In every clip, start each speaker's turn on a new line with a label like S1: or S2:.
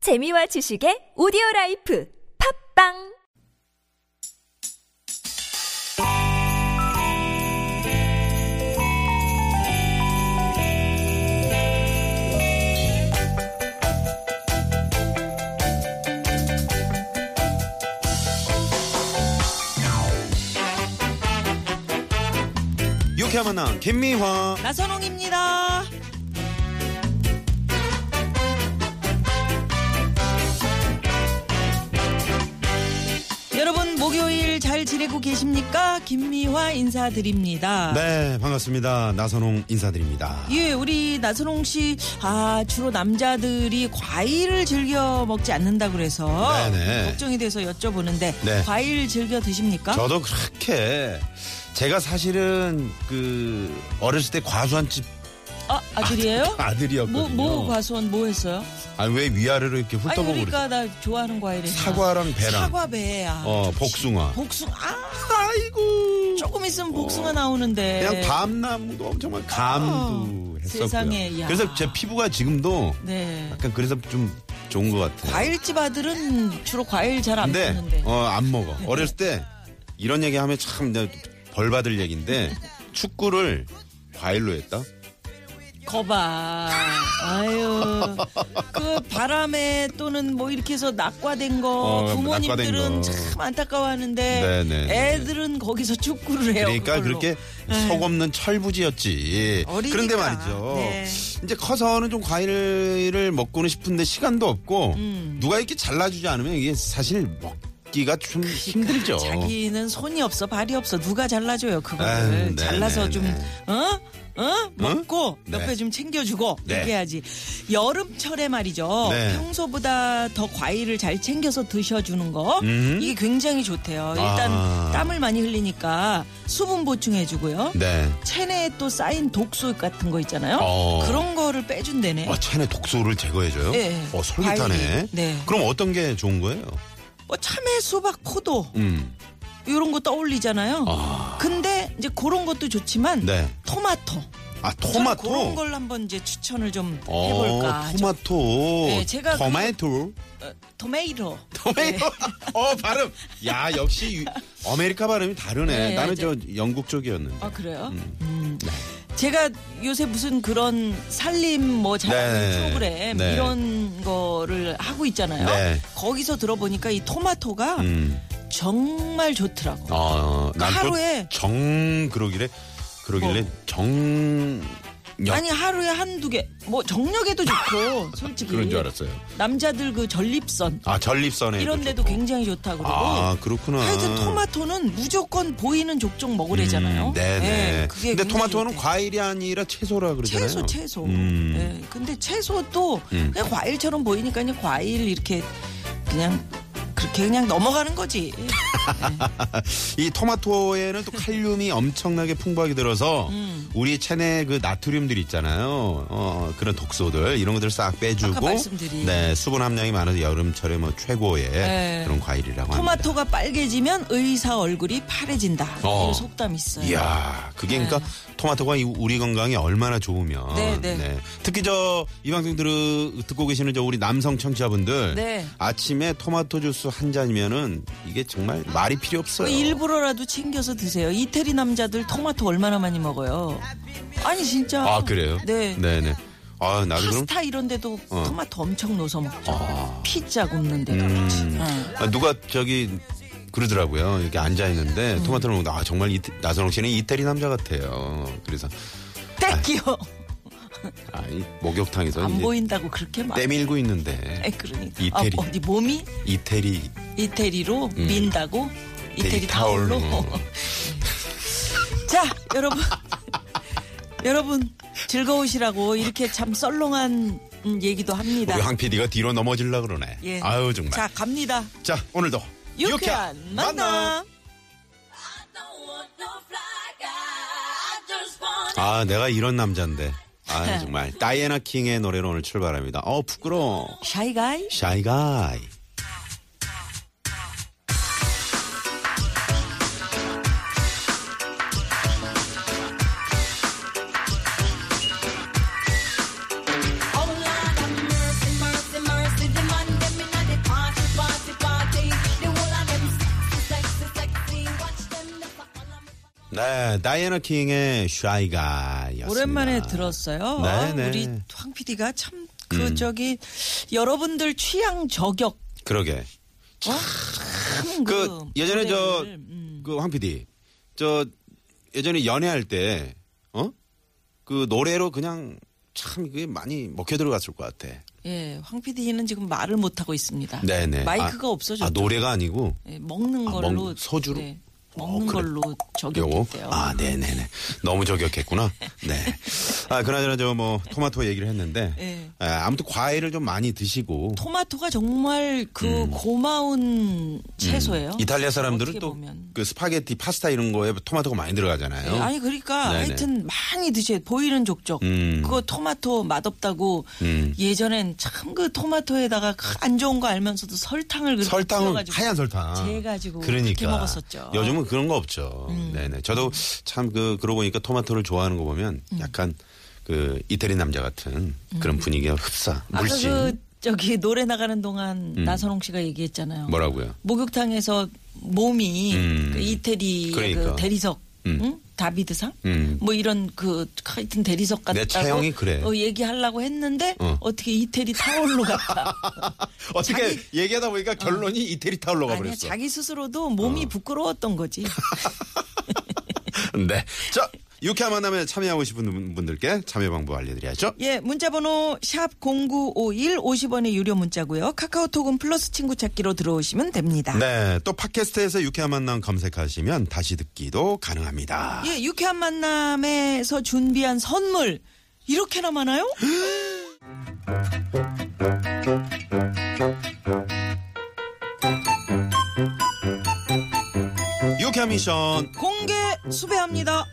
S1: 재미와 지식의 오디오 라이프 팝빵
S2: 유쾌한 만남 김미화
S3: 나선홍입니다. 여러분 목요일 잘 지내고 계십니까? 김미화 인사드립니다.
S2: 네 반갑습니다 나선홍 인사드립니다
S3: 예, 우리 나선홍 씨, 아, 주로 남자들이 과일을 즐겨 먹지 않는다 그래서
S2: 네네.
S3: 걱정이 돼서 여쭤보는데
S2: 네.
S3: 과일 즐겨 드십니까?
S2: 저도 그렇게 제가 사실은 그 어렸을 때 과수원집
S3: 아, 아들이에요? 뭐,
S2: 아들이었거든요
S3: 뭐 과수원 뭐 했어요?
S2: 아니 왜 위아래로 이렇게
S3: 아니
S2: 훑어보고 그랬어
S3: 그러니까 나 좋아하는 과일이
S2: 사과랑 배랑
S3: 사과 배야.
S2: 어 복숭아
S3: 복숭 아
S2: 아이고
S3: 조금 있으면 복숭아 나오는데.
S2: 어. 그냥 밤나무도 엄청 많고 감도
S3: 아,
S2: 했었고요
S3: 네. 세상에, 야.
S2: 그래서 제 피부가 지금도
S3: 네.
S2: 약간 그래서 좀 좋은 것 같아요
S3: 과일집 아들은 주로 과일 잘 안
S2: 근데
S3: 먹는데. 네.
S2: 어 안 먹어. 어렸을 때 이런 얘기 하면 참 벌 받을 얘기인데 축구를 과일로 했다.
S3: 네, 거봐. 아유. 그 바람에 또는 뭐 이렇게 해서 낙과된 거
S2: 어, 낙과된 거.
S3: 부모님들은 참 안타까워하는데
S2: 네네.
S3: 애들은 거기서 축구를 해요.
S2: 그러니까
S3: 그걸로. 네.
S2: 그렇게 속 없는 철부지였지.
S3: 어리니까.
S2: 그런데 말이죠.
S3: 네.
S2: 이제 커서는 좀 과일을 먹고는 싶은데 시간도 없고
S3: 음.
S2: 누가 이렇게 잘라주지 않으면 이게 사실 먹기가 좀 힘들죠.
S3: 그러니까 자기는 손이 없어 발이 없어 누가 잘라줘요
S2: 어. 아유,
S3: 그거를
S2: 네네네.
S3: 잘라서 좀어어 먹고
S2: 네.
S3: 옆에 좀 챙겨주고
S2: 네.
S3: 이렇게 해야지 여름철에 말이죠
S2: 네.
S3: 평소보다 더 과일을 잘 챙겨서 드셔주는 거
S2: 음.
S3: 이게 굉장히 좋대요 일단
S2: 아.
S3: 땀을 많이 흘리니까 수분 보충해주고요
S2: 네.
S3: 체내에 또 쌓인 독소 같은 거 있잖아요
S2: 어.
S3: 그런 거를 빼준대네
S2: 아, 체내 독소를 제거해줘요?
S3: 네.
S2: 어, 솔깃하네.
S3: 과일이. 네.
S2: 그럼 어떤 게 좋은 거예요?
S3: 뭐 참외 수박 포도
S2: 음.
S3: 이런 거 떠올리잖아요.
S2: 아.
S3: 근데 이제 그런 것도 좋지만
S2: 네.
S3: 토마토.
S2: 아,
S3: 저는
S2: 토마토.
S3: 그런 걸 한번 이제 추천을 좀
S2: 어,
S3: 해볼까. 저-
S2: 토마토.
S3: 네, 제가 네.
S2: 토마토.
S3: 어, 토메이로.
S2: 토마토. 어, 발음. 야, 역시 유- 아메리카 발음이 다르네.
S3: 네,
S2: 나는
S3: 이제-
S2: 저 영국 쪽이었는데.
S3: 아 그래요?
S2: 음.
S3: 음. 제가 요새 무슨 그런 살림 뭐 잘하는
S2: 네.
S3: 프로그램
S2: 네.
S3: 이런 거를 하고 있잖아요.
S2: 네.
S3: 거기서 들어보니까 이 토마토가
S2: 음.
S3: 정말 좋더라고.
S2: 어, 난또
S3: 그 하루에- 어.
S2: 정 그러길래 그러길래 정 역.
S3: 아니 하루에 한두 개. 뭐 정력에도 좋고 솔직히
S2: 그런 줄 알았어요.
S3: 남자들 그 전립선
S2: 아, 전립선에
S3: 이런 데도 굉장히 좋다 그러고
S2: 아, 그렇구나.
S3: 하여튼 토마토는 무조건 보이는 족족 먹으래잖아요.
S2: 네,
S3: 예,
S2: 네.
S3: 그게
S2: 근데
S3: 굉장히
S2: 토마토는
S3: 좋대.
S2: 과일이 아니라 채소라 그러잖아요.
S3: 채소 채소.
S2: 음.
S3: 예, 근데 채소도
S2: 음.
S3: 그냥 과일처럼 보이니까 그냥 과일 이렇게 그냥 그렇게 그냥 넘어가는 거지.
S2: 이 토마토에는 또 칼륨이 엄청나게 풍부하게 들어서
S3: 음.
S2: 우리 체내 그 나트륨들 있잖아요. 어, 그런 독소들 이런 것들 싹 빼주고
S3: 아까 말씀드린.
S2: 네, 수분 함량이 많아서 여름철에 뭐 최고의
S3: 네.
S2: 그런 과일이라고 합니다.
S3: 토마토가 빨개지면 의사 얼굴이 파래진다.
S2: 어.
S3: 이런 속담 있어요.
S2: 이야, 그게 그러니까 토마토가 이 우리 건강에 얼마나 좋으면.
S3: 네, 네.
S2: 특히 저 이 방송 들 듣고 계시는 저 우리 남성 청취자분들
S3: 네.
S2: 아침에 토마토 주스 한 잔이면은 이게 정말 말이 필요
S3: 그
S2: 없어요.
S3: 일부러라도 챙겨서 드세요. 이태리 남자들 토마토 얼마나 많이 먹어요. 아니 진짜.
S2: 아 그래요?
S3: 네.
S2: 네, 네. 아 나도 그럼 어. 아.
S3: 파스타 이런 데도 토마토 엄청 넣어서 먹죠. 피자 굽는데 어.
S2: 음. 아, 누가 저기 그러더라고요. 이렇게 앉아 있는데
S3: 음.
S2: 토마토를 먹는데 아 정말 이태- 나선홍 씨는 이태리 남자 같아요. 그래서
S3: 떼끼요.
S2: 아이 목욕탕에서
S3: 안
S2: 이제
S3: 보인다고 그렇게 말.
S2: 때밀고 있는데
S3: 에 그러니까.
S2: 이태리.
S3: 아, 어디 몸이
S2: 이태리
S3: 이태리로 민다고
S2: 음. 이태리
S3: 이태리 타올로.
S2: 타올로.
S3: 자 여러분 여러분 즐거우시라고 이렇게 참 썰렁한 음, 얘기도 합니다.
S2: 우리 황 PD가 뒤로 넘어질라 그러네.
S3: 예.
S2: 아유 정말.
S3: 자
S2: 자,
S3: 갑니다.
S2: 오늘도
S3: 유쾌한
S2: 만남.
S3: 만남.
S4: don't want no fly guy. I just want
S2: 아 내가 이런 남자인데. 아 정말 다이애나 킹의 노래로 오늘 출발합니다. 어 부끄러워.
S3: 샤이가이.
S2: 샤이가이.
S4: all I got mercy, mercy, mercy, demand
S2: 네, 다이애나 킹의 샤이가였습니다.
S3: 오랜만에 들었어요.
S2: 네, 음.
S3: 아,
S2: 네.
S3: 우리 황 PD가 참 그 저기 여러분들 취향 저격
S2: 그러게.
S3: 참그
S2: 그 예전에 저
S3: 노래를, 음.
S2: 그 황 PD 저 예전에 연애할 때 어? 그 노래로 그냥 참 그게 많이 먹혀 들어갔을 것 같아.
S3: 예, 황 PD는 지금 말을 못 하고 있습니다.
S2: 네, 네.
S3: 마이크가
S2: 아,
S3: 없어졌죠.
S2: 아, 노래가 아니고
S3: 예, 먹는
S2: 아, 먹-
S3: 걸로
S2: 소주로?
S3: 네, 먹는
S2: 어, 그래.
S3: 걸로
S2: 요거.
S3: 저격했대요.
S2: 아, 네, 네, 네. 너무 저격했구나. 네. 아, 그나저나 저 뭐 토마토 얘기를 했는데
S3: 예.
S2: 아, 아무튼 과일을 좀 많이 드시고
S3: 토마토가 정말 그 고마운 채소예요.
S2: 음. 이탈리아 사람들은
S3: 어떻게
S2: 또
S3: 보면.
S2: 그 스파게티 파스타 이런 거에 토마토가 많이 들어가잖아요.
S3: 예, 아니 그러니까
S2: 네네.
S3: 하여튼 많이 드셔 보이는 족족
S2: 음.
S3: 그거 토마토 맛없다고
S2: 음.
S3: 예전엔 참 그 토마토에다가 그안 좋은 거 알면서도 설탕을 그렇게
S2: 설탕을
S3: 뿌려가지고
S2: 하얀 설탕.
S3: 음, 재가지고 그렇게
S2: 그러니까
S3: 먹었었죠. 음.
S2: 요즘은 그런 거 없죠. 네네. 저도 참 그 그러고 보니까 토마토를 좋아하는 거 보면
S3: 음.
S2: 약간 그 이태리 남자 같은 그런 분위기가 흡사
S3: 아까
S2: 물씬
S3: 그 저기 노래 나가는 동안
S2: 음.
S3: 나선홍 씨가 얘기했잖아요.
S2: 뭐라고요?
S3: 목욕탕에서 몸이
S2: 음.
S3: 그 이태리
S2: 그러니까.
S3: 그 대리석 응? 다비드상
S2: 음.
S3: 뭐 이런 그 하여튼 대리석 같다고
S2: 내 체형이 그래.
S3: 어, 얘기하려고 했는데
S2: 어.
S3: 어. 떻게 이태리 타올로 갔다.
S2: 어떻게
S3: 자기-
S2: 얘기하다 보니까 결론이 이태리 타올로
S3: 아니야
S2: 가버렸어. 어.
S3: 자기 스스로도 몸이 부끄러웠던 거지.
S2: 네. 자, 유쾌한 만남에 참여하고 싶은 분- 분들께 참여 방법 알려드려야죠.
S3: 예, 문자번호 샵 #0951 50원의 유료 문자고요. 카카오톡은 플러스 친구 찾기로 들어오시면 됩니다.
S2: 네. 또 팟캐스트에서 유쾌한 만남 검색하시면 다시 듣기도 가능합니다.
S3: 예, 유쾌한 만남에서 준비한 선물 이렇게나 많아요?
S2: 유쾌한 미션.
S3: 공개 수배합니다.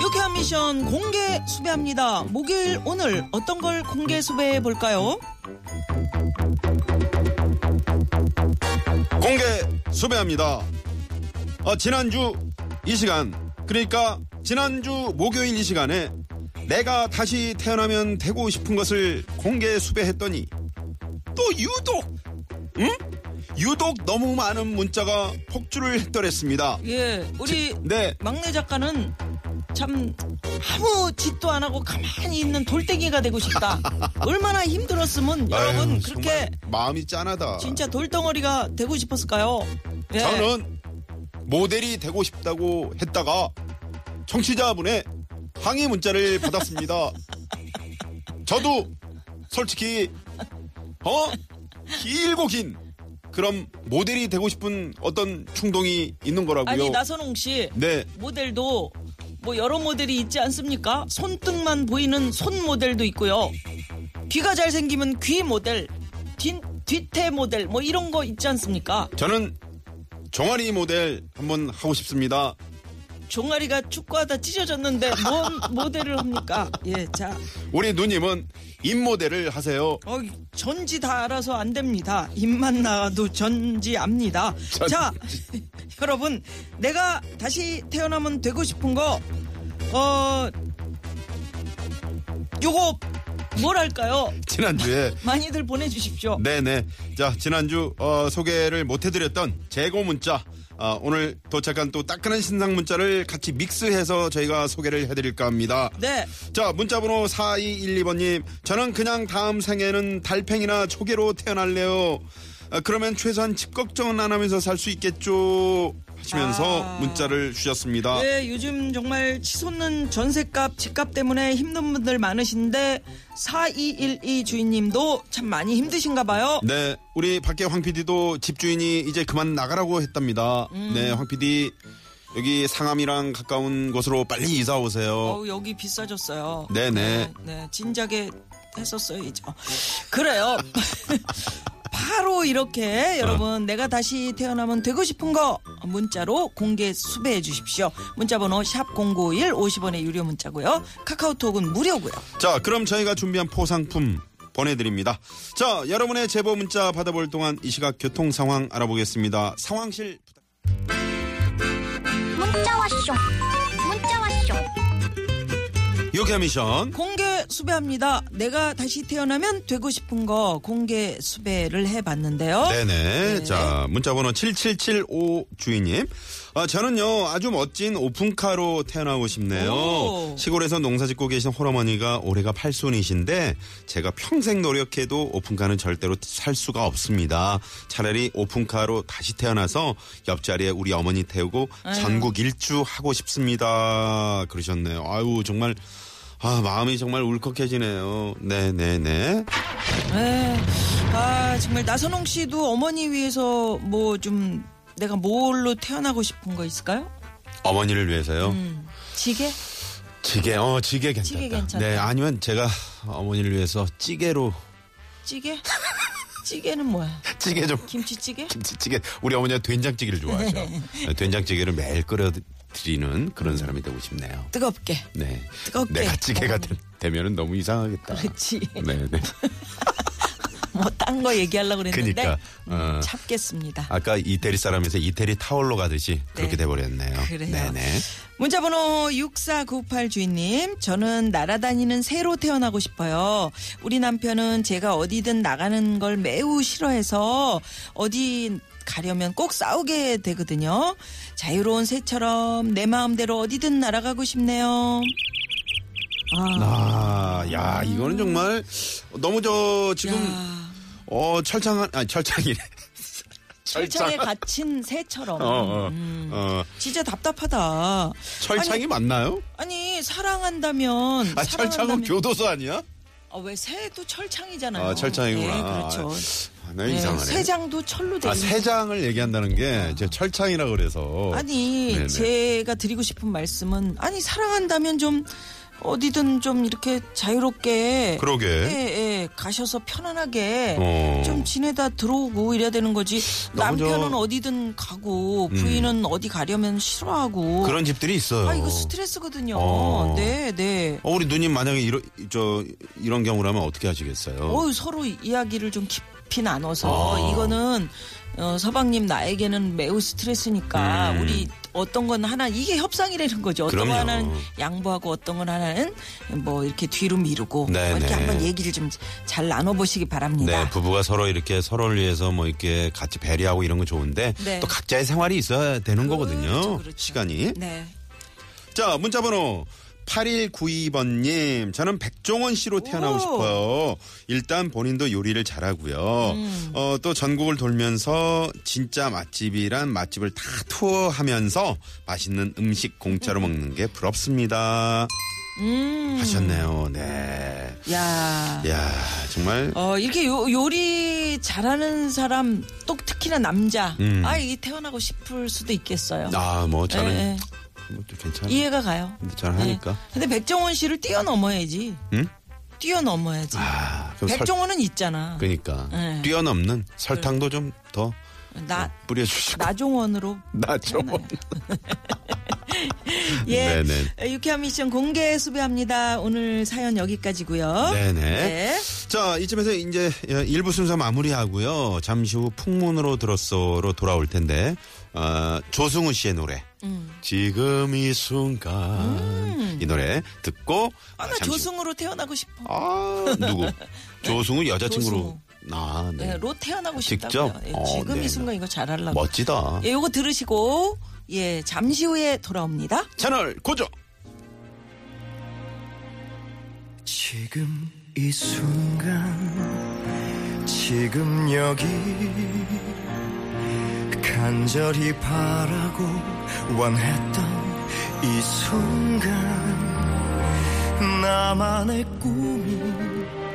S3: 유쾌한 미션 공개 수배합니다. 목요일 오늘 어떤 걸 공개 수배해 볼까요?
S2: 공개 수배합니다. 어, 지난주 이 시간, 그러니까 지난주 목요일 이 시간에 내가 다시 태어나면 되고 싶은 것을 공개 수배했더니 또 유독, 응? 유독 너무 많은 문자가 폭주를 했더랬습니다.
S3: 예, 우리
S2: 네,
S3: 막내 작가는 참 아무 짓도 안 하고 가만히 있는 돌덩이가 되고 싶다. 얼마나 힘들었으면 여러분
S2: 아유,
S3: 그렇게
S2: 정말 마음이 짠하다.
S3: 진짜 돌덩어리가 되고 싶었을까요? 예.
S2: 저는 모델이 되고 싶다고 했다가 청취자분의 항의 문자를 받았습니다. 저도 솔직히 어 길고 긴 그럼 모델이 되고 싶은 어떤 충동이 있는 거라고요.
S3: 아니 나선홍 씨
S2: 네.
S3: 모델도 뭐 여러 모델이 있지 않습니까? 손등만 보이는 손 모델도 있고요. 귀가 잘 생기면 귀 모델, 뒷 뒤태 모델 뭐 이런 거 있지 않습니까?
S2: 저는 종아리 모델 한번 하고 싶습니다.
S3: 종아리가 축구하다 찢어졌는데 뭔 모델을 합니까? 예, 자,
S2: 우리 누님은 입 모델을 하세요.
S3: 어, 전지 다 알아서 안 됩니다. 입만 나와도 전지 압니다. 자, 여러분, 내가 다시 태어나면 되고 싶은 거, 어, 요거 뭐랄까요?
S2: 지난주에
S3: 많이들 보내주십시오.
S2: 네네. 자, 지난주 어, 소개를 못해드렸던 재고 문자. 아, 오늘 도착한 또 따끈한 신상 문자를 같이 믹스해서 저희가 소개를 해드릴까 합니다.
S3: 네.
S2: 자, 문자번호 4212번님. 저는 그냥 다음 생에는 달팽이나 초계로 태어날래요. 아, 그러면 최소한 집 걱정은 안 하면서 살 수 있겠죠. 하시면서
S3: 아.
S2: 문자를 주셨습니다.
S3: 네, 요즘 정말 치솟는 전세값, 집값 때문에 힘든 분들 많으신데, 4212 주인님도 참 많이 힘드신가 봐요.
S2: 네, 우리 밖에 황 PD도 집주인이 이제 그만 나가라고 했답니다.
S3: 음.
S2: 네, 황 PD 여기 상암이랑 가까운 곳으로 빨리 이사 오세요.
S3: 어우, 여기 비싸졌어요.
S2: 네네.
S3: 네, 네, 진작에 했었어야죠. 그래요. 바로 이렇게 여러분 내가 다시 태어나면 되고 싶은 거 문자로 공개 수배해 주십시오. 문자 번호 샵 0951 50원의 유료 문자고요. 카카오톡은 무료고요.
S2: 자, 그럼 저희가 준비한 포상품 보내드립니다. 자, 여러분의 제보 문자 받아볼 동안 이 시각 교통 상황 알아보겠습니다. 상황실 부탁.
S5: 문자 왔쇼 문자 왔쇼
S2: 유쾌 미션.
S3: 공개 수배합니다. 내가 다시 태어나면 되고 싶은 거 공개 수배를 해봤는데요.
S2: 네네. 자, 문자번호 7775 주인님. 아, 저는요, 아주 멋진 오픈카로 태어나고 싶네요.
S3: 오.
S2: 시골에서 농사 짓고 계신 홀어머니가 올해가 팔순이신데, 제가 평생 노력해도 오픈카는 절대로 살 수가 없습니다. 차라리 오픈카로 다시 태어나서 옆자리에 우리 어머니 태우고 전국 일주 하고 싶습니다. 그러셨네요. 아유, 정말. 아, 마음이 정말 울컥해지네요. 네네네.
S3: 네. 아 정말 나선홍 씨도 어머니 위해서 뭐 좀 내가 뭘로 태어나고 싶은 거 있을까요? 음,
S2: 어머니를 위해서요.
S3: 지게?
S2: 지게 어 지게 괜찮다.
S3: 지게 괜찮다.
S2: 네 아니면 제가 어머니를 위해서 찌개로
S3: 찌개? 찌개는 뭐야?
S2: 찌개 좀
S3: 김치찌개?
S2: 김치찌개 우리 어머니가 된장찌개를 좋아하죠. 네, 된장찌개를 매일 끓여 드리는 그런 사람이 되고 싶네요.
S3: 뜨겁게.
S2: 네
S3: 뜨겁게.
S2: 내가 찌개가 되, 면은 너무 이상하겠다.
S3: 그렇지.
S2: 네네
S3: 뭐 딴 거 얘기하려고 그랬는데
S2: 그니까, 어.
S3: 음, 참겠습니다.
S2: 아까 이태리 사람에서 이태리 타올로 가듯이 그렇게
S3: 네.
S2: 돼버렸네요.
S3: 그래요.
S2: 네네
S3: 문자번호 6498 주인님, 저는 날아다니는 새로 태어나고 싶어요. 우리 남편은 제가 어디든 나가는 걸 매우 싫어해서 어디 가려면 꼭 싸우게 되거든요. 자유로운 새처럼 내 마음대로 어디든 날아가고 싶네요. 음.
S2: 아야 이거는 정말 너무 저 지금
S3: 야,
S2: 어 철창한 아 철창이래.
S3: 철창에 그 음. 갇힌 새처럼.
S2: 어, 어, 어.
S3: 진짜 답답하다.
S2: 철창이 맞나요?
S3: 아니, 사랑한다면.
S2: 아,
S3: 사랑한다면-
S2: 철창은 교도소 아니야?
S3: 아, 왜 새도 철창이잖아요.
S2: 아, 철창이구나.
S3: 네, 그렇죠.
S2: 아, 나 이상하네.
S3: 세장도 철로 된.
S2: 아, 세장을 얘기한다는 게, 제 철창이라 그래서.
S3: 아니
S2: 네네.
S3: 제가 드리고 싶은 말씀은 아니 사랑한다면 좀 어디든 좀 이렇게 자유롭게
S2: 그러게.
S3: 예, 예, 가셔서 편안하게
S2: 어.
S3: 네. 좀 지내다 들어오고 이래야 되는 거지
S2: 너무 저- 음.
S3: 남편은 어디든 가고 부인은 어디 가려면 싫어하고
S2: 그런 집들이 있어요.
S3: 아 이거 스트레스거든요
S2: 그렇죠. 어.
S3: 네 네.
S2: 어, 우리 누님 만약에 이런, 저, 이런 경우라면 어떻게 하시겠어요?
S3: 어, 서로 이야기를 좀 깊이 나눠서
S2: 아.
S3: 이거는 어, 서방님 나에게는 매우 스트레스니까
S2: 음.
S3: 우리 어떤 건 하나 이게 협상이라는 거죠. 어떤
S2: 그럼요.
S3: 거 하나는 양보하고 어떤 건 하나는 뭐 이렇게 뒤로 미루고
S2: 네네.
S3: 뭐 이렇게 한번 얘기를 좀 잘 나눠보시기 바랍니다.
S2: 네, 부부가 서로 이렇게 서로를 위해서 뭐 이렇게 같이 배려하고 이런 건 좋은데
S3: 네.
S2: 또 각자의 생활이 있어야 되는 거거든요.
S3: 그렇죠.
S2: 시간이.
S3: 네.
S2: 자, 문자번호 8192번님, 저는 백종원 씨로 태어나고
S3: 오.
S2: 싶어요. 일단 본인도 요리를 잘하고요.
S3: 음.
S2: 어, 또 전국을 돌면서 진짜 맛집이란 맛집을 다 투어하면서 맛있는 음식 공짜로 먹는 게 부럽습니다.
S3: 음.
S2: 하셨네요. 네.
S3: 야.
S2: 야 정말.
S3: 어, 이렇게 요, 요리 잘하는 사람, 또 특히나 남자.
S2: 음.
S3: 아, 이게 태어나고 싶을 수도 있겠어요.
S2: 아, 뭐 저는
S3: 예, 예.
S2: 뭐또 괜찮아요.
S3: 이해가 가요.
S2: 근데 저는 하니까.
S3: 네. 근데 백종원 씨를 뛰어넘어야지.
S2: 응?
S3: 뛰어넘어야지.
S2: 아, 그럼 설-
S3: 백종원은 있잖아.
S2: 그러니까
S3: 네.
S2: 뛰어넘는 설탕도 좀 더
S3: 나
S2: 뿌려주시고
S3: 나종원으로. 네,
S2: 나죠.
S3: 예.
S2: 네네.
S3: 유쾌한 미션 공개 수배합니다. 오늘 사연 여기까지고요.
S2: 네네.
S3: 네.
S2: 자, 이쯤에서 이제 예, 일부 순서 마무리하고요. 잠시 후 풍문으로 들었어로 돌아올 텐데, 어, 조승우 씨의 노래.
S3: 음.
S2: 지금 이 순간. 이 노래 듣고.
S3: 아,
S2: 아,
S3: 나
S2: 잠시 후-
S3: 조승우로 태어나고 싶어.
S2: 아, 누구? 조승우 여자친구로.
S3: 조승우.
S2: 아, 네.
S3: 네, 로 태어나고
S2: 직접?
S3: 싶다고요. 예,
S2: 어,
S3: 지금
S2: 네.
S3: 이 순간 이거 잘하려고.
S2: 멋지다.
S3: 예, 요거 들으시고 예, 잠시 후에 돌아옵니다.
S2: 채널 고정!
S5: 지금 이 순간 지금 여기 간절히 바라고 원했던 이 순간 나만의 꿈이